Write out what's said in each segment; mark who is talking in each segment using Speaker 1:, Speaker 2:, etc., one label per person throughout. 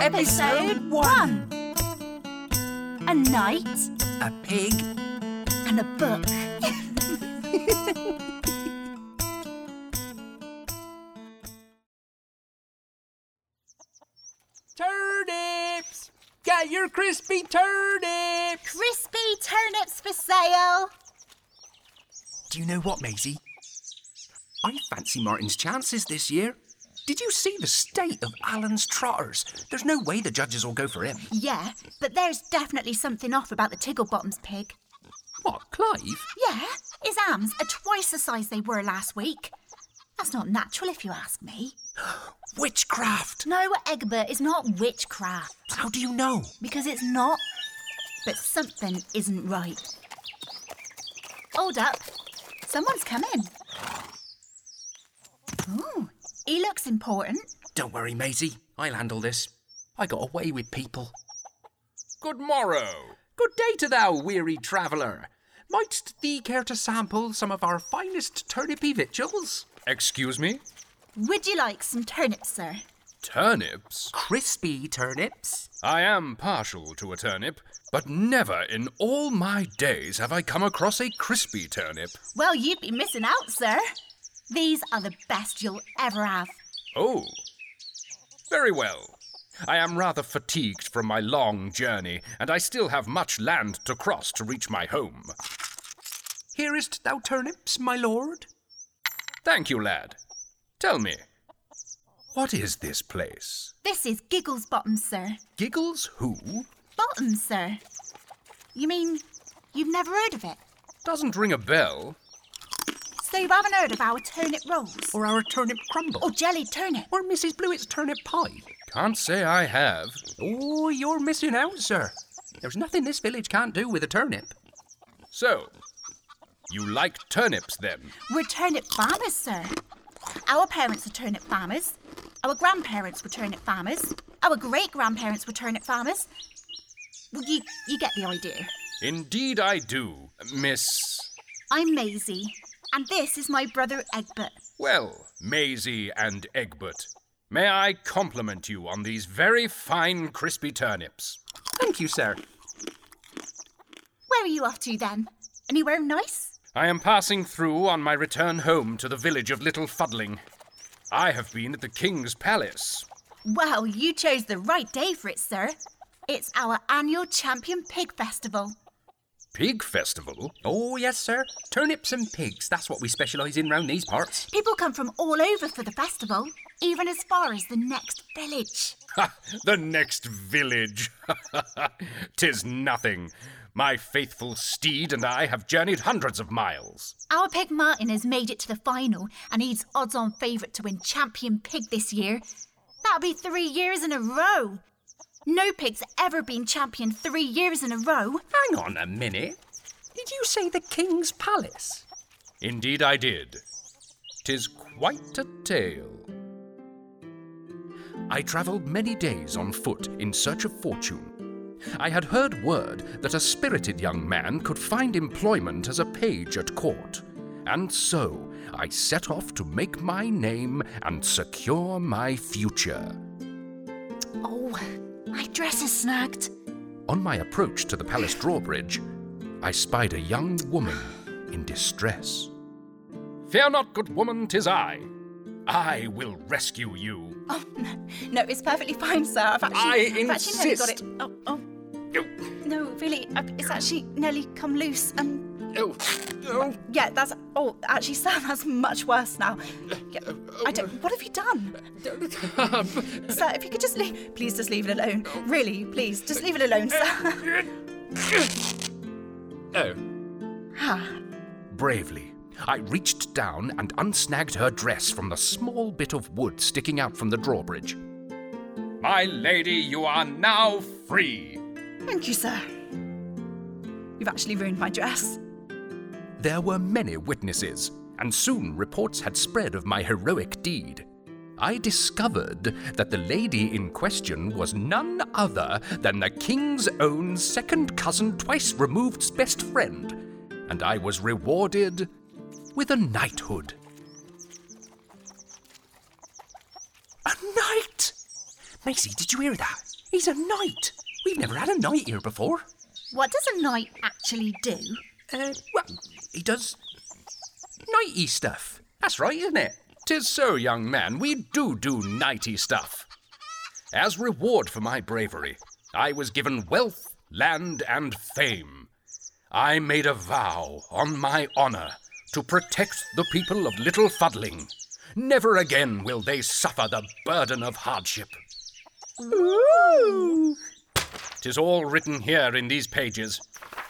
Speaker 1: Episode 1 A Knight
Speaker 2: A pig.
Speaker 1: and a Book.
Speaker 2: Turnips! Got your crispy turnips!
Speaker 1: Crispy turnips for sale.
Speaker 2: Do you know what, Maisie? I fancy Martin's chances this year. Did you see the state of Alan's trotters? There's no way the judges will go for him.
Speaker 1: Yeah, but there's definitely something off about the Tigglebottoms pig.
Speaker 2: What, Clive?
Speaker 1: Yeah, his arms are twice the size they were last week. That's not natural if you ask me.
Speaker 2: Witchcraft!
Speaker 1: No, Egbert, it's not witchcraft,
Speaker 2: How do you know?
Speaker 1: because it's not. But something isn't right. Hold up. Someone's come in. Ooh, he looks important.
Speaker 2: Don't worry, Maisie. I'll handle this. I got away with people.
Speaker 3: Good morrow.
Speaker 2: Good day to thou, weary traveller. Mightst thee care to sample some of our finest turnipy victuals?
Speaker 3: Excuse me?
Speaker 1: Would you like some turnips, sir?
Speaker 3: Turnips?
Speaker 2: Crispy turnips.
Speaker 3: I am partial to a turnip, but never in all my days have I come across a crispy turnip.
Speaker 1: Well, you'd be missing out, sir. These are the best you'll ever have.
Speaker 3: Oh. Very well. I am rather fatigued from my long journey, and I still have much land to cross to reach my home.
Speaker 2: Hearest thou turnips, my lord?
Speaker 3: Thank you, lad. Tell me, what is this place?
Speaker 1: This is Giggles Bottoms, sir.
Speaker 3: Giggles who?
Speaker 1: Bottoms, sir. You mean you've never heard of it?
Speaker 3: Doesn't ring a bell.
Speaker 1: So you haven't heard of our turnip rolls?
Speaker 2: Or our turnip crumble?
Speaker 1: Oh, Or jelly turnip?
Speaker 2: Or Mrs. Blewett's turnip pie?
Speaker 3: Can't say I have.
Speaker 2: Oh, you're missing out, sir. There's nothing this village can't do with a turnip.
Speaker 3: So, you like turnips then?
Speaker 1: We're turnip farmers, sir. Our parents were turnip farmers. Our grandparents were turnip farmers. Our great grandparents were turnip farmers. Well, you, you get the idea.
Speaker 3: Indeed, I do, Miss.
Speaker 1: I'm Maisie, and this is my brother Egbert.
Speaker 3: Well, Maisie and Egbert. May I compliment you on these very fine crispy turnips?
Speaker 2: Thank you, sir.
Speaker 1: Where are you off to then? Anywhere nice?
Speaker 3: I am passing through on my return home to the village of Little Fuddling. I have been at the King's Palace.
Speaker 1: Well, you chose the right day for it, sir. It's our annual Champion Pig Festival.
Speaker 3: Pig Festival?
Speaker 2: Oh, yes, sir. Turnips and pigs, that's what we specialise in round these parts.
Speaker 1: People come from all over for the festival, even as far as the next village.
Speaker 3: Ha! The next village. Tis nothing. My faithful steed and I have journeyed hundreds of miles.
Speaker 1: Our pig Martin has made it to the final and he's odds on favourite to win Champion Pig this year. That'll be three years in a row. No pig's ever been champion three years in a row.
Speaker 2: Hang on a minute. Did you say the King's Palace?
Speaker 3: Indeed, I did. Tis quite a tale. I travelled many days on foot in search of fortune. I had heard word that a spirited young man could find employment as a page at court, and so I set off to make my name and secure my future.
Speaker 1: Oh, my dress is snagged.
Speaker 3: On my approach to the palace drawbridge, I spied a young woman in distress. Fear not, good woman, 'tis I. I will rescue you.
Speaker 1: Oh, no, no, it's perfectly fine, sir. I've actually,
Speaker 3: I
Speaker 1: I've actually nearly got it.
Speaker 3: insist.
Speaker 1: Oh, oh, no, really, I've, it's actually nearly come loose. And
Speaker 3: Oh, oh,
Speaker 1: yeah, that's, oh, actually, sir, that's much worse now. Yeah, I don't, what have you done? sir, if you could just leave, please just leave it alone. Really, please, just leave it alone, sir.
Speaker 3: oh.
Speaker 1: Ah,
Speaker 3: Bravely, I reached down and unsnagged her dress from the small bit of wood sticking out from the drawbridge. My lady, you are now free.
Speaker 1: Thank you, sir. You've actually ruined my dress.
Speaker 3: There were many witnesses, and soon reports had spread of my heroic deed. I discovered that the lady in question was none other than the king's own second cousin, twice removed's best friend, and I was rewarded with a knighthood. A knight!
Speaker 2: Maisie, did you hear that? He's a knight. We've never had a knight here before.
Speaker 1: What does a knight actually do?
Speaker 2: Uh, well, he does knighty stuff. That's right, isn't it?
Speaker 3: Tis so, young man, we do do nighty stuff. As reward for my bravery, I was given wealth, land, and fame. I made a vow on my honor to protect the people of Little Fuddling. Never again will they suffer the burden of hardship.
Speaker 1: Ooh!
Speaker 3: Tis all written here in these pages.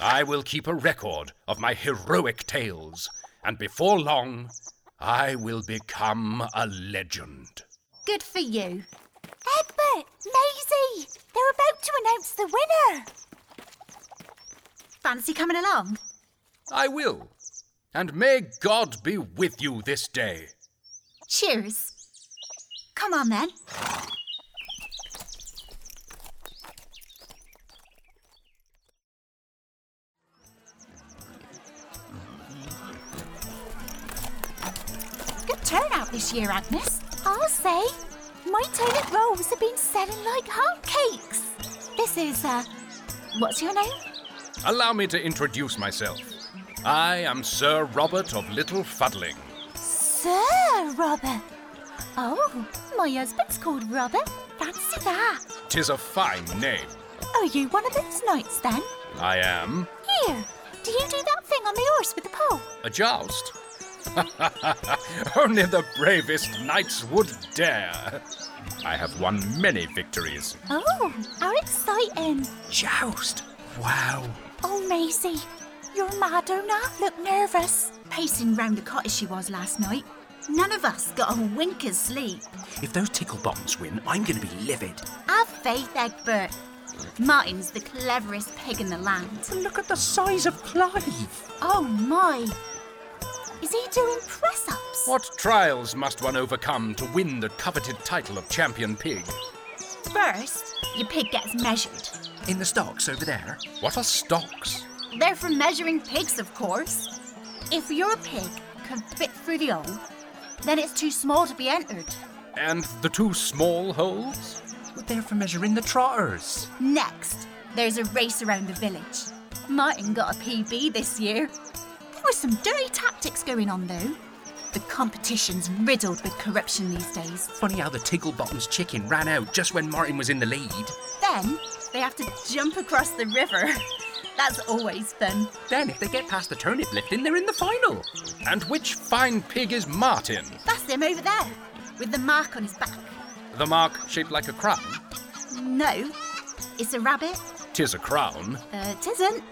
Speaker 3: I will keep a record of my heroic tales, and before long, I will become a legend.
Speaker 1: Good for you.
Speaker 4: Egbert, Maisie, they're about to announce the winner.
Speaker 1: Fancy coming along?
Speaker 3: I will. And may God be with you this day.
Speaker 1: Cheers. Come on then. Good turnout this year, Agnes.
Speaker 4: I'll say, my toilet rolls have been selling like hotcakes.
Speaker 1: This is, uh, what's your name?
Speaker 3: Allow me to introduce myself. I am Sir Robert of Little Fuddling.
Speaker 4: Sir Robert,
Speaker 1: Oh, my husband's called Robert. Fancy that.
Speaker 3: Tis a fine name.
Speaker 1: Are you one of those knights then?
Speaker 3: I am
Speaker 4: here, do you do that thing on the horse with the pole?
Speaker 3: a joust. Only the bravest knights would dare. I have won many victories.
Speaker 4: Oh, how exciting.
Speaker 2: Joust. Wow.
Speaker 4: Oh, Maisie, you're mad or not, look nervous.
Speaker 1: Pacing round the cottage she was last night. None of us got a winker's sleep.
Speaker 2: If those tickle bombs win, I'm going to be livid.
Speaker 1: Have faith, Egbert. Martin's the cleverest pig in the land.
Speaker 2: But look at the size of Clive.
Speaker 1: Oh my!
Speaker 4: Is he doing press ups?
Speaker 3: What trials must one overcome to win the coveted title of champion pig?
Speaker 1: First, your pig gets measured.
Speaker 2: In the stocks over there.
Speaker 3: What are stocks?
Speaker 1: They're for measuring pigs, of course. If your pig can fit through the hole, then it's too small to be entered.
Speaker 3: And the two small holes?
Speaker 2: Well, they're for measuring the trotters.
Speaker 1: Next, there's a race around the village. Martin got a PB this year. There were some dirty tactics going on, though. The competition's riddled with corruption these days.
Speaker 2: Funny how the tickle bottom's chicken ran out just when Martin was in the lead.
Speaker 1: Then they have to jump across the river. That's always fun.
Speaker 2: Then, if they get past the turnip lifting, they're in the final.
Speaker 3: And which fine pig is Martin?
Speaker 1: That's him over there, with the mark on his back.
Speaker 3: The mark shaped like a crown?
Speaker 1: No, it's a rabbit.
Speaker 3: Tis a crown.
Speaker 1: Uh, it isn't.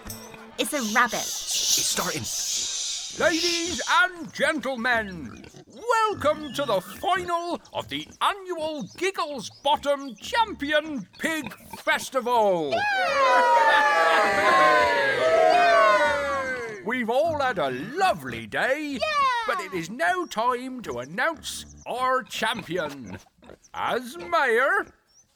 Speaker 1: It's a rabbit.
Speaker 2: It's starting.
Speaker 3: Ladies and gentlemen, welcome to the final of the annual Giggles Bottom Champion Pig Festival. We've all had a lovely day, but it is now time to announce our champion. As mayor,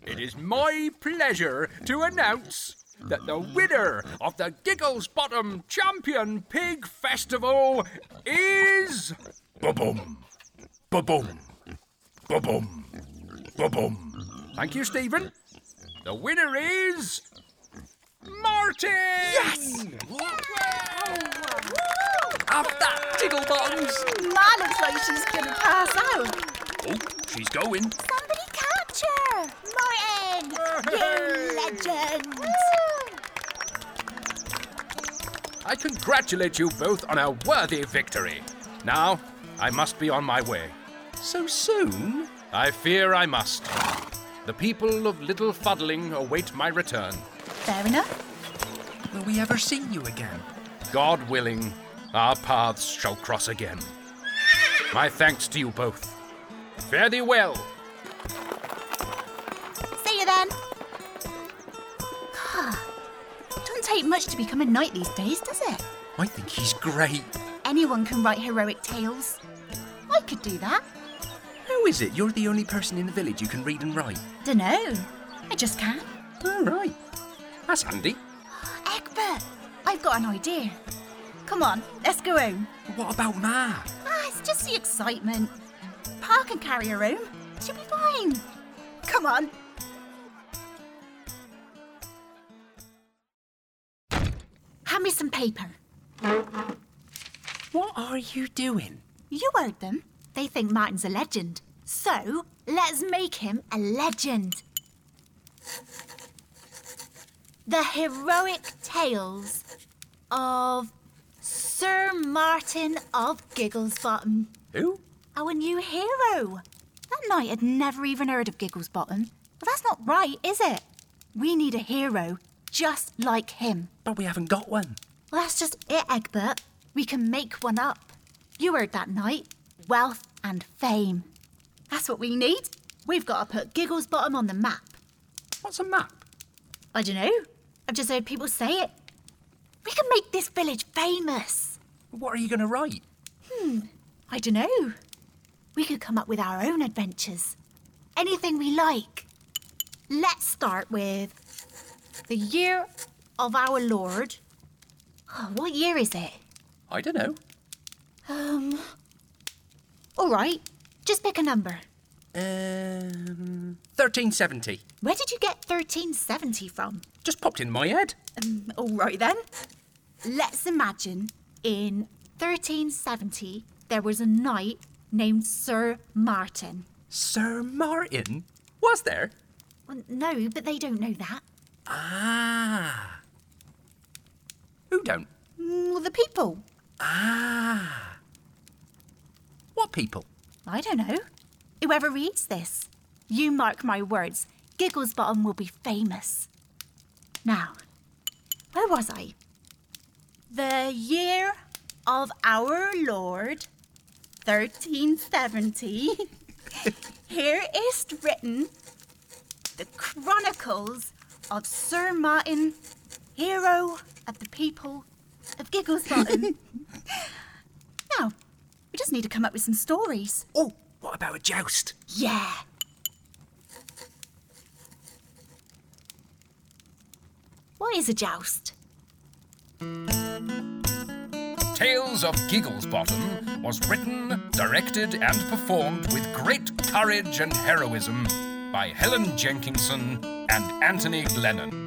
Speaker 3: it is my pleasure to announce that the winner of the Giggles Bottom Champion Pig Festival is. Ba-boom! Ba-boom! Ba-boom! Ba-boom! Thank you, Stephen. The winner is. Martin! Yes!
Speaker 2: Up that tickle bottoms.
Speaker 1: Ma looks like she's gonna pass out.
Speaker 2: Oh, she's going.
Speaker 4: Somebody capture! Martin, you legend.
Speaker 3: I congratulate you both on a worthy victory. Now, I must be on my way.
Speaker 2: So soon?
Speaker 3: I fear I must. The people of Little Fuddling await my return.
Speaker 1: Fair enough.
Speaker 2: Will we ever see you again?
Speaker 3: God willing, our paths shall cross again. My thanks to you both. Fare thee well.
Speaker 1: See you then. Doesn't take much to become a knight these days, does it?
Speaker 2: I think he's great.
Speaker 1: Anyone can write heroic tales. I could do that.
Speaker 2: How is it you're the only person in the village who can read and write?
Speaker 1: Dunno. I just can't.
Speaker 2: All right. That's handy.
Speaker 1: Egbert, I've got an idea. Come on, let's go home.
Speaker 2: But what about Ma?
Speaker 1: Ah, it's just the excitement. Pa can carry her home. She'll be fine. Come on. Hand me some paper.
Speaker 2: What are you doing?
Speaker 1: You heard them. They think Martin's a legend. So let's make him a legend. The heroic tales of Sir Martin of Gigglesbottom,
Speaker 3: Who?
Speaker 1: our new hero. That knight had never even heard of Gigglesbottom. Well, that's not right, is it? We need a hero just like him.
Speaker 2: But we haven't got one.
Speaker 1: Well, that's just it, Egbert. We can make one up. You heard that night. Wealth and fame. That's what we need. We've got to put Giggles Bottom on the map.
Speaker 2: What's a map?
Speaker 1: I don't know. I've just heard people say it. We can make this village famous.
Speaker 2: What are you going to write?
Speaker 1: I don't know. We could come up with our own adventures. Anything we like. Let's start with the year of our Lord. Oh, what year is it?
Speaker 3: I don't know.
Speaker 1: Um. All right, just pick a number.
Speaker 2: Um, 1370.
Speaker 1: Where did you get 1370 from?
Speaker 2: Just popped in my head.
Speaker 1: Mm, All right then. Let's imagine in 1370 there was a knight named Sir Martin.
Speaker 2: Sir Martin?
Speaker 3: Was there?
Speaker 1: Well, no, but they don't know that.
Speaker 2: Ah.
Speaker 3: Who don't?
Speaker 1: Mm, the people.
Speaker 2: Ah. What people?
Speaker 1: I don't know. Whoever reads this, you mark my words, Gigglesbottom will be famous. Now, where was I? The year of our Lord, 1370. Here is written the Chronicles of Sir Martin, hero of the people of Gigglesbottom. now, we just need to come up with some stories.
Speaker 2: Oh, what about a joust?
Speaker 1: Yeah. What is a joust?
Speaker 3: Tales of Gigglesbottom was written, directed, and performed with great courage and heroism by Helen Jenkinson and Anthony Glennon.